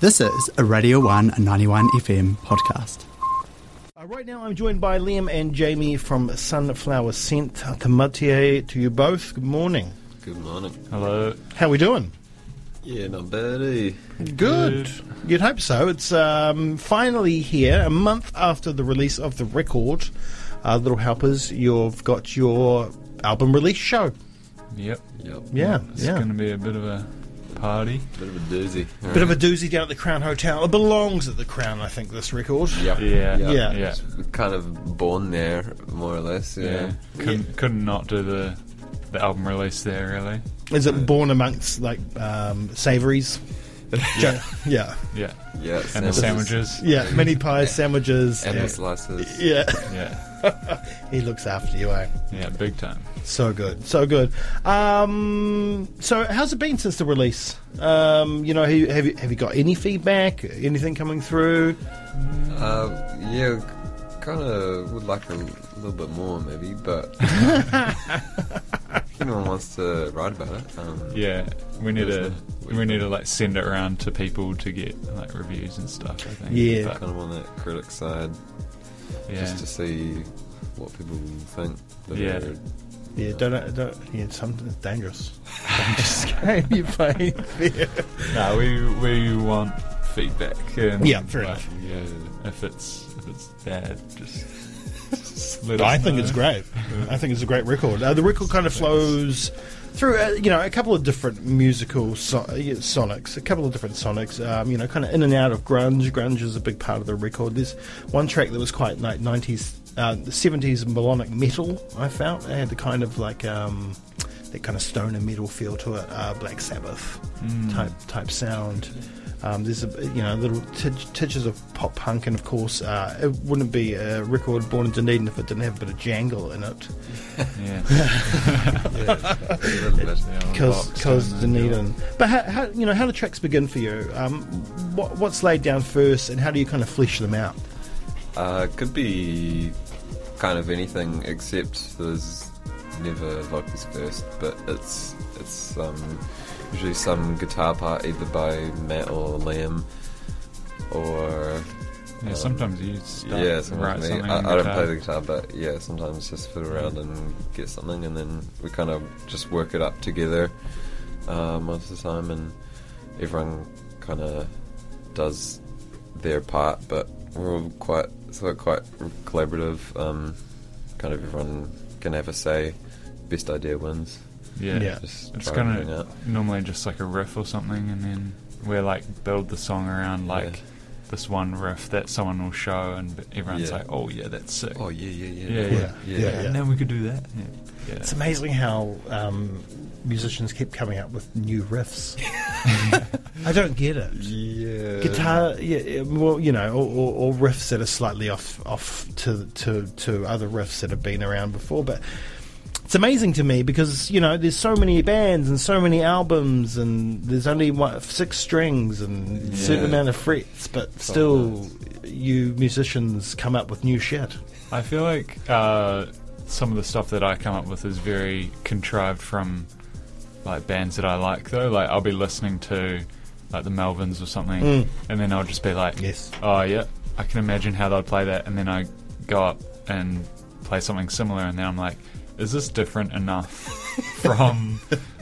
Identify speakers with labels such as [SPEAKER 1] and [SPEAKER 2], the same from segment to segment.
[SPEAKER 1] This is a Radio 1 and 91 FM podcast.
[SPEAKER 2] Uh, right now, I'm joined by Liam and Jamie from Sunflower Scent. Tamatie to you both. Good morning.
[SPEAKER 3] Good morning.
[SPEAKER 4] Hello.
[SPEAKER 2] How we doing?
[SPEAKER 3] Yeah, not bad, eh?
[SPEAKER 2] Good. You'd hope so. It's um, finally here, a month after the release of the record. Uh, Little Helpers, you've got your album release show.
[SPEAKER 4] Yep.
[SPEAKER 3] Yep.
[SPEAKER 2] Yeah,
[SPEAKER 4] It's
[SPEAKER 2] yeah.
[SPEAKER 4] going to be a bit of a party.
[SPEAKER 3] Bit of a doozy.
[SPEAKER 2] Bit of a doozy down at the Crown Hotel. It belongs at the Crown, I think, this record.
[SPEAKER 3] Yep.
[SPEAKER 4] Yeah.
[SPEAKER 2] Yeah.
[SPEAKER 4] Yeah.
[SPEAKER 3] We're Kind of born there, more or less. Yeah.
[SPEAKER 4] Yeah. Couldn't couldn't not do the the album release there really.
[SPEAKER 2] Is it born amongst, like, um, savouries? Jo- Yeah.
[SPEAKER 4] Yeah.
[SPEAKER 3] Yeah.
[SPEAKER 4] And the sandwiches.
[SPEAKER 2] Yeah. Mini pies, sandwiches.
[SPEAKER 3] And
[SPEAKER 2] yeah.
[SPEAKER 3] the slices.
[SPEAKER 2] yeah.
[SPEAKER 4] Yeah.
[SPEAKER 2] He looks after you, eh?
[SPEAKER 4] Yeah. Big time.
[SPEAKER 2] So good, so good. Um, so, how's it been since the release? Um, you know, have you, have you have you got any feedback? Anything coming through?
[SPEAKER 3] Uh, yeah, kind of would like a l- little bit more, maybe, but. if anyone wants to write about it, um,
[SPEAKER 4] Yeah. We need to
[SPEAKER 3] Listen.
[SPEAKER 4] we need to like send it around to people to get like reviews and stuff. I think.
[SPEAKER 2] Yeah.
[SPEAKER 4] But,
[SPEAKER 3] kind of on that critic side,
[SPEAKER 4] yeah.
[SPEAKER 3] just to see what people think. that
[SPEAKER 4] Yeah.
[SPEAKER 3] are-
[SPEAKER 2] Yeah, don't don't. Yeah, something's dangerous. Dangerous game you play. there.
[SPEAKER 4] no, we we want feedback. And,
[SPEAKER 2] Yeah, fair
[SPEAKER 4] like,
[SPEAKER 2] enough.
[SPEAKER 4] Yeah. If it's if it's bad, just. just let
[SPEAKER 2] I
[SPEAKER 4] us
[SPEAKER 2] think
[SPEAKER 4] know.
[SPEAKER 2] it's great. I think it's a great record. Uh, the record kind of flows through, uh, you know, a couple of different musical so- uh, yeah, sonics, a couple of different sonics, um, you know, kind of in and out of grunge. Grunge is a big part of the record. There's one track that was quite like 90s, uh, 70s melodic metal, I felt. It had the kind of like, um, that kind of stoner metal feel to it, uh, Black Sabbath type type sound. Um, there's a you know little tid- tidges of pop punk, and of course uh, it wouldn't be a record born in Dunedin if it didn't have a bit of jangle in it,
[SPEAKER 4] Yeah.
[SPEAKER 3] a little bit.
[SPEAKER 2] because
[SPEAKER 4] Box, don't they?
[SPEAKER 2] Dunedin. But how, how you know how do tracks begin for you? Um, what, what's laid down first, and how do you kind of flesh them out?
[SPEAKER 3] Uh, it could be kind of anything except there's never vocals first, but it's it's um, usually some guitar part either by Matt or Liam or
[SPEAKER 4] Yeah, sometimes you start
[SPEAKER 3] yeah,
[SPEAKER 4] write
[SPEAKER 3] sometimes me.
[SPEAKER 4] something.
[SPEAKER 3] I,
[SPEAKER 4] on
[SPEAKER 3] I don't
[SPEAKER 4] guitar.
[SPEAKER 3] play the guitar, but yeah, sometimes just fiddle around and get something, and then we kind of just work it up together uh, most of the time, and everyone kind of does their part, but we're all quite so quite collaborative. Um, kind of everyone can have a say. Best idea wins.
[SPEAKER 4] Yeah,
[SPEAKER 2] Yeah.
[SPEAKER 3] Just
[SPEAKER 4] it's
[SPEAKER 3] try
[SPEAKER 4] kind
[SPEAKER 3] everything out.
[SPEAKER 4] of normally just like a riff or something, and then we like build the song around like
[SPEAKER 3] Yeah.
[SPEAKER 4] this one riff that someone will show, and b- everyone's
[SPEAKER 3] Yeah.
[SPEAKER 4] like, "Oh yeah, that's sick."
[SPEAKER 3] Oh yeah, yeah,
[SPEAKER 4] yeah,
[SPEAKER 3] yeah,
[SPEAKER 4] yeah,
[SPEAKER 2] yeah,
[SPEAKER 4] yeah,
[SPEAKER 2] yeah.
[SPEAKER 4] And then we could do that. Yeah, yeah.
[SPEAKER 2] It's amazing how um, musicians keep coming up with new riffs. I don't get it.
[SPEAKER 3] yeah.
[SPEAKER 2] guitar yeah, yeah, well you know or, or, or riffs that are slightly off off to, to to other riffs that have been around before but it's amazing to me because you know there's so many bands and so many albums and there's only one, six strings and a certain
[SPEAKER 3] Yeah.
[SPEAKER 2] amount of frets but still you musicians come up with new shit
[SPEAKER 4] I feel like uh, some of the stuff that I come up with is very contrived from like bands that I like though. Like I'll be listening to like the Melvins or something,
[SPEAKER 2] Mm.
[SPEAKER 4] and then I'll just be like,
[SPEAKER 2] Yes.
[SPEAKER 4] oh yeah, I can imagine how they'd play that." And then I go up and play something similar, and then I'm like, "Is this different enough from?"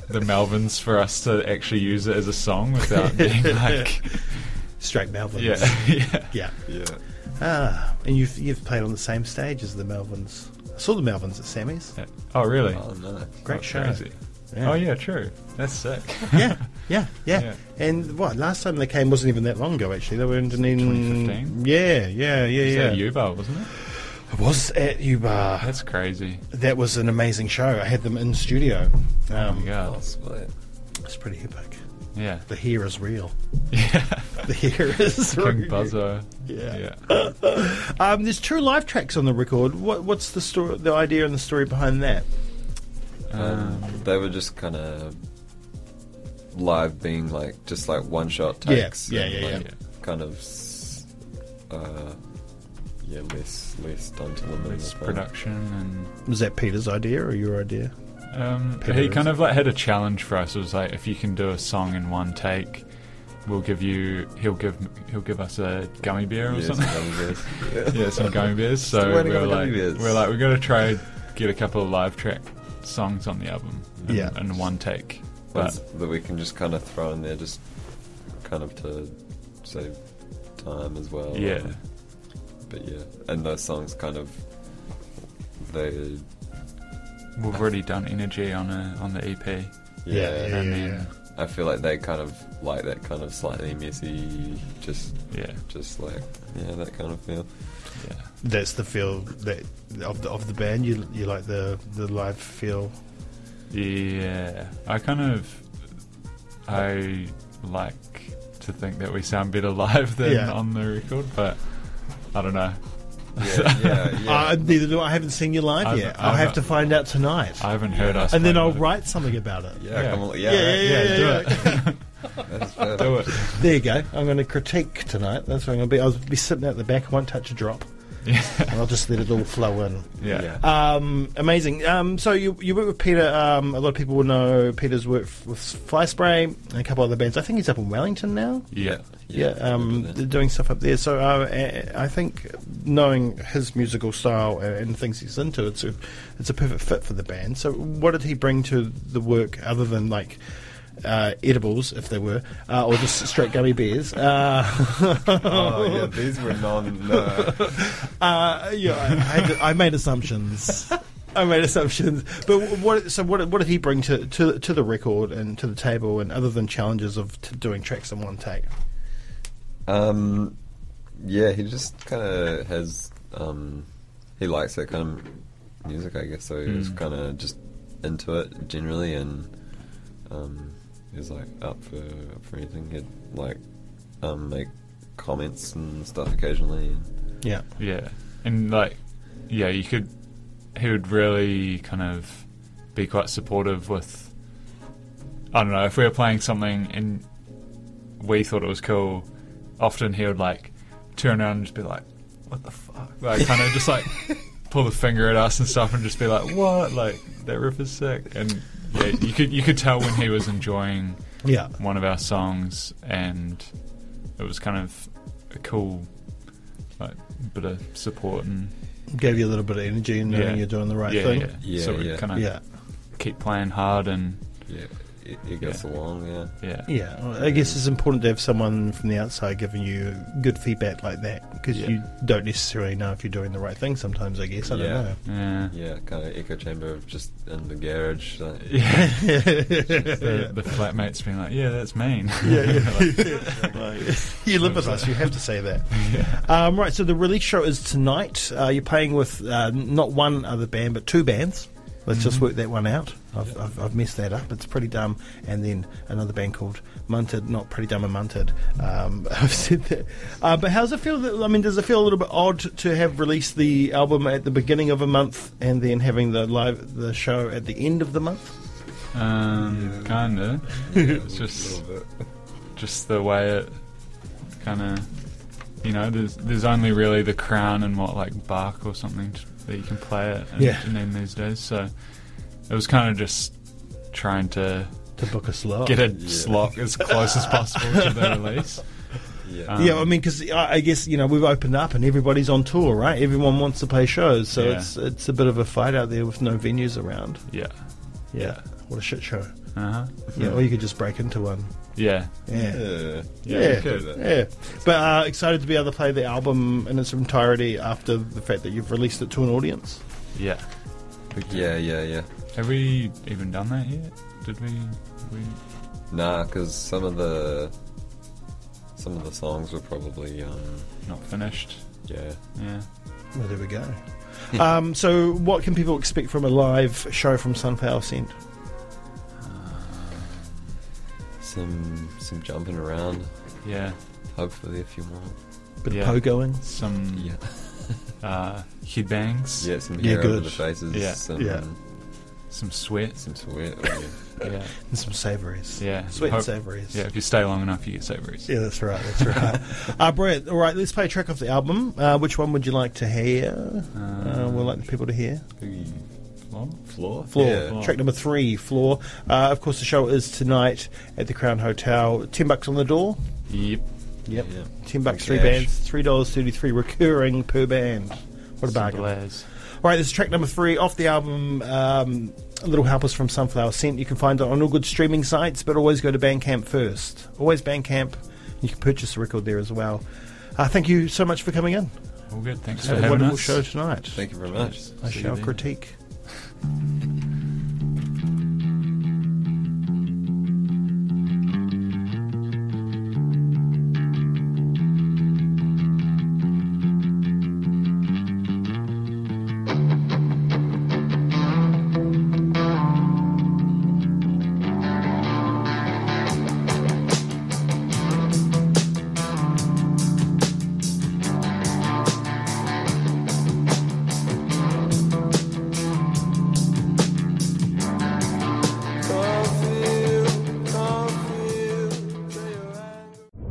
[SPEAKER 4] The Melvins for us to actually use it as a song without being like,
[SPEAKER 2] straight Melvins
[SPEAKER 4] yeah, yeah,
[SPEAKER 2] yeah
[SPEAKER 3] Yeah.
[SPEAKER 2] ah and you've you've played on the same stage as the Melvins I saw the Melvins at Sammy's
[SPEAKER 4] yeah. Oh, really?
[SPEAKER 3] Oh no.
[SPEAKER 2] great
[SPEAKER 4] That's
[SPEAKER 2] show
[SPEAKER 4] crazy.
[SPEAKER 2] Yeah.
[SPEAKER 4] Oh yeah, true. That's sick.
[SPEAKER 2] yeah, yeah, yeah,
[SPEAKER 4] Yeah.
[SPEAKER 2] And what last time they came wasn't even that long ago. Actually, they were in Dunedin.
[SPEAKER 4] 2015?
[SPEAKER 2] Yeah, yeah, yeah,
[SPEAKER 4] Is
[SPEAKER 2] yeah.
[SPEAKER 4] that Yuval, wasn't it?
[SPEAKER 2] I was at Ubar.
[SPEAKER 4] That's crazy.
[SPEAKER 2] That was an amazing show. I had them in studio. Um,
[SPEAKER 4] Oh, Yeah.
[SPEAKER 3] split.
[SPEAKER 2] It's pretty epic.
[SPEAKER 4] Yeah.
[SPEAKER 2] The hair is real.
[SPEAKER 4] Yeah.
[SPEAKER 2] The hair is
[SPEAKER 4] King
[SPEAKER 2] real.
[SPEAKER 4] Buzzo.
[SPEAKER 2] Yeah.
[SPEAKER 4] Yeah.
[SPEAKER 2] Um, there's two live tracks on the record. What, what's the story, the idea, and the story behind that?
[SPEAKER 3] Um,
[SPEAKER 4] Um,
[SPEAKER 3] they were just kind of live being like just like one shot
[SPEAKER 2] Yeah,
[SPEAKER 3] takes.
[SPEAKER 2] yeah,
[SPEAKER 3] and,
[SPEAKER 2] yeah,
[SPEAKER 3] like,
[SPEAKER 4] yeah.
[SPEAKER 3] Kind of, s- uh, yeah, less less done to them. in
[SPEAKER 4] it's
[SPEAKER 3] the thing.
[SPEAKER 4] production
[SPEAKER 2] Was that Peter's idea or your idea?
[SPEAKER 4] and um,
[SPEAKER 2] Peter
[SPEAKER 4] he
[SPEAKER 2] is-
[SPEAKER 4] kind of like had a challenge for us. It was like if you can do a song in one take, we'll give you he'll give he'll give us a gummy bear or
[SPEAKER 3] Yeah, some
[SPEAKER 4] something.
[SPEAKER 3] gummy bears. Yeah.
[SPEAKER 4] yeah, some gummy bears. So
[SPEAKER 3] waiting
[SPEAKER 4] we
[SPEAKER 3] on
[SPEAKER 4] were
[SPEAKER 3] the gummy
[SPEAKER 4] like,
[SPEAKER 3] bears.
[SPEAKER 4] we were like, we're gonna try and get a couple of live track songs on the album. In,
[SPEAKER 2] Yeah.
[SPEAKER 4] in one take.
[SPEAKER 3] Ones
[SPEAKER 4] But
[SPEAKER 3] that we can just kind of throw in there, just kind of to save time as well.
[SPEAKER 4] yeah,
[SPEAKER 3] Um, but yeah, and those songs kind of they
[SPEAKER 4] we've already done energy on a on the EP.
[SPEAKER 2] Yeah, yeah,
[SPEAKER 4] and
[SPEAKER 2] yeah,
[SPEAKER 4] then
[SPEAKER 3] I feel like they kind of like that kind of slightly messy, just
[SPEAKER 4] yeah,
[SPEAKER 3] just like yeah, that kind of feel.
[SPEAKER 4] yeah.
[SPEAKER 2] That's the feel that of the of the band. You you like the the live feel.
[SPEAKER 4] Yeah, I kind of I like to think that we sound better live than
[SPEAKER 2] Yeah.
[SPEAKER 4] on the record, but I don't know.
[SPEAKER 3] Yeah, yeah, yeah.
[SPEAKER 2] Uh, neither do I. I haven't seen you live
[SPEAKER 4] I've-
[SPEAKER 2] yet. I'll
[SPEAKER 4] I've-
[SPEAKER 2] have to find out tonight,
[SPEAKER 4] I haven't heard us,
[SPEAKER 2] and then
[SPEAKER 4] play
[SPEAKER 2] I'll
[SPEAKER 4] live.
[SPEAKER 2] write something about it.
[SPEAKER 3] yeah,
[SPEAKER 4] yeah.
[SPEAKER 3] Come on, yeah,
[SPEAKER 2] Yeah, yeah,
[SPEAKER 3] right,
[SPEAKER 4] Yeah, do
[SPEAKER 3] yeah, that's fair.
[SPEAKER 4] it, do it.
[SPEAKER 2] There you go. I'm going to critique tonight. That's what I'm going to be. I'll be sitting at the back. I won't touch a drop.
[SPEAKER 4] Yeah,
[SPEAKER 2] And I'll just let it all flow in.
[SPEAKER 4] yeah.
[SPEAKER 3] Yeah.
[SPEAKER 2] Um, amazing. Um, so you you work with Peter. Um, a lot of people will know Peter's work f- with Fly Spray and a couple other bands. I think he's up in Wellington now.
[SPEAKER 4] Yeah.
[SPEAKER 2] Yeah, um,
[SPEAKER 3] remember
[SPEAKER 2] they're
[SPEAKER 3] that.
[SPEAKER 2] doing stuff up there. So uh, a- I think knowing his musical style and, and things he's into, it's a it's a perfect fit for the band. So what did he bring to the work other than like uh, edibles, if there were, uh, or just straight gummy bears? Uh,
[SPEAKER 3] oh yeah, these were non. No.
[SPEAKER 2] Uh, yeah, I, I, had to- I made assumptions. I made assumptions. But what? So what? What did he bring to, to to the record and to the table? And other than challenges of t- doing tracks in one take,
[SPEAKER 3] Um, yeah, he just kind of has. Um, he likes that kind of music, I guess. So he
[SPEAKER 2] Hmm.
[SPEAKER 3] was kind of just into it generally, and um, he was like up for up for anything. He'd like um, make comments and stuff occasionally. And,
[SPEAKER 2] yeah,
[SPEAKER 4] Yeah, and like, yeah, you could. He would really kind of be quite supportive with. I don't know if we were playing something and we thought it was cool. Often he would like turn around and just be like, "What the fuck?" Like kind of just like pull the finger at us and stuff, and just be like, "What?" Like that riff is sick, and yeah, you could you could tell when he was enjoying
[SPEAKER 2] yeah,
[SPEAKER 4] one of our songs, and it was kind of a cool like, bit of support and
[SPEAKER 2] gave you a little bit of energy and knowing
[SPEAKER 4] Yeah.
[SPEAKER 2] you're doing the right
[SPEAKER 4] yeah,
[SPEAKER 2] thing.
[SPEAKER 4] yeah.
[SPEAKER 3] Yeah,
[SPEAKER 4] so we
[SPEAKER 3] yeah.
[SPEAKER 4] kind of
[SPEAKER 2] yeah.
[SPEAKER 4] keep playing hard and
[SPEAKER 3] yeah, it, it gets
[SPEAKER 4] Yeah.
[SPEAKER 3] along. Yeah,
[SPEAKER 4] yeah,
[SPEAKER 2] Yeah, well, I guess it's important to have someone from the outside giving you good feedback like that because
[SPEAKER 4] Yeah.
[SPEAKER 2] you don't necessarily know if you're doing the right thing. Sometimes, I guess I don't
[SPEAKER 3] Yeah.
[SPEAKER 2] know.
[SPEAKER 4] yeah.
[SPEAKER 3] yeah, kind of echo chamber of just in the garage. Like,
[SPEAKER 4] Yeah.
[SPEAKER 2] yeah,
[SPEAKER 4] The, the flatmates being like, yeah, that's mean.
[SPEAKER 2] you live with us. You have to say that.
[SPEAKER 4] yeah.
[SPEAKER 2] Um, right, so the release show is tonight. Uh, you're playing with uh, not one other band, but two bands. Let's just work that one out. I've, I've, I've messed that up. It's Pretty Dumb, and then another band called Munted. Not Pretty Dumb and Munted. Um, I've said that. Uh, but how's it feel? That, I mean, does it feel a little bit odd to have released the album at the beginning of a month and then having the live the show at the end of the month?
[SPEAKER 4] Um, kinda. It's just just the way it kind of, you know, there's there's only really the crown and what like Bach or something t- that you can play it in,
[SPEAKER 2] Yeah.
[SPEAKER 4] in these days. So it was kind of just trying to
[SPEAKER 2] To book a slot.
[SPEAKER 4] get a
[SPEAKER 3] Yeah.
[SPEAKER 4] slot as close as possible to the release.
[SPEAKER 3] yeah.
[SPEAKER 4] Um,
[SPEAKER 2] yeah, I mean, because I I guess you know we've opened up and everybody's on tour, right? Everyone wants to play shows, so
[SPEAKER 4] Yeah.
[SPEAKER 2] it's it's a bit of a fight out there with no venues around.
[SPEAKER 4] Yeah.
[SPEAKER 2] Yeah, what a shit show.
[SPEAKER 4] Uh huh.
[SPEAKER 2] Yeah, or you could just break into one.
[SPEAKER 4] Yeah.
[SPEAKER 2] Yeah,
[SPEAKER 3] yeah.
[SPEAKER 4] Yeah.
[SPEAKER 2] Yeah.
[SPEAKER 4] you could.
[SPEAKER 2] yeah. But uh, excited to be able to play the album in its entirety after the fact that you've released it to an audience.
[SPEAKER 4] Yeah. Big deal.
[SPEAKER 3] yeah, yeah, yeah.
[SPEAKER 4] Have we even done that yet? Did we? we
[SPEAKER 3] Nah, because some of the some of the songs were probably um,
[SPEAKER 4] not finished.
[SPEAKER 3] yeah.
[SPEAKER 4] Yeah.
[SPEAKER 2] Well, there we go. um, so, what can people expect from a live show from Sunflower Scent?
[SPEAKER 3] some some jumping around.
[SPEAKER 4] Yeah.
[SPEAKER 3] Hopefully, a few more.
[SPEAKER 2] Bit
[SPEAKER 4] Yeah.
[SPEAKER 2] of pogoing.
[SPEAKER 4] Some
[SPEAKER 3] Yeah,
[SPEAKER 4] uh, headbangs.
[SPEAKER 3] yeah, some
[SPEAKER 2] Yeah,
[SPEAKER 3] hair over
[SPEAKER 2] good.
[SPEAKER 3] the faces.
[SPEAKER 4] Yeah.
[SPEAKER 3] some,
[SPEAKER 2] Yeah.
[SPEAKER 4] Some sweat.
[SPEAKER 3] some sweat. oh,
[SPEAKER 4] Yeah.
[SPEAKER 2] And some savouries.
[SPEAKER 4] Yeah.
[SPEAKER 2] Sweet
[SPEAKER 4] Hope-
[SPEAKER 2] and savouries.
[SPEAKER 4] Yeah, if you stay long enough, you get savouries.
[SPEAKER 2] Yeah, that's right. That's right. uh, brilliant. All right, let's play a track off the album. Uh, which one would you like to hear? Uh,
[SPEAKER 4] Um,
[SPEAKER 2] we'll like the people to hear.
[SPEAKER 3] yeah.
[SPEAKER 4] Floor?
[SPEAKER 3] Floor?
[SPEAKER 2] Floor.
[SPEAKER 3] Yeah.
[SPEAKER 2] Track number three, Floor. Uh, of course, the show is tonight at the Crown Hotel. Ten bucks on the door.
[SPEAKER 4] Yep.
[SPEAKER 2] Yep.
[SPEAKER 3] Yeah.
[SPEAKER 2] Ten bucks,
[SPEAKER 3] Free
[SPEAKER 2] three
[SPEAKER 3] cash.
[SPEAKER 2] bands, three dollars thirty-three recurring per band. What a bargain!
[SPEAKER 4] Simple as.
[SPEAKER 2] All right, this is track number three off the album um, Little Helpers from Sunflower Scent. You can find it on all good streaming sites, but always go to Bandcamp first. Always Bandcamp. You can purchase the record there as well. Uh, thank you so much for coming in.
[SPEAKER 4] All good. Thanks for
[SPEAKER 2] Have a
[SPEAKER 4] having
[SPEAKER 2] wonderful
[SPEAKER 4] us.
[SPEAKER 2] show tonight.
[SPEAKER 3] Thank you very much.
[SPEAKER 2] I
[SPEAKER 4] See you
[SPEAKER 2] shall
[SPEAKER 4] then.
[SPEAKER 2] critique.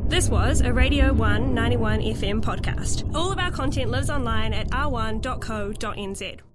[SPEAKER 5] This was a Radio 191 FM podcast. All of our content lives online at r1.co.nz.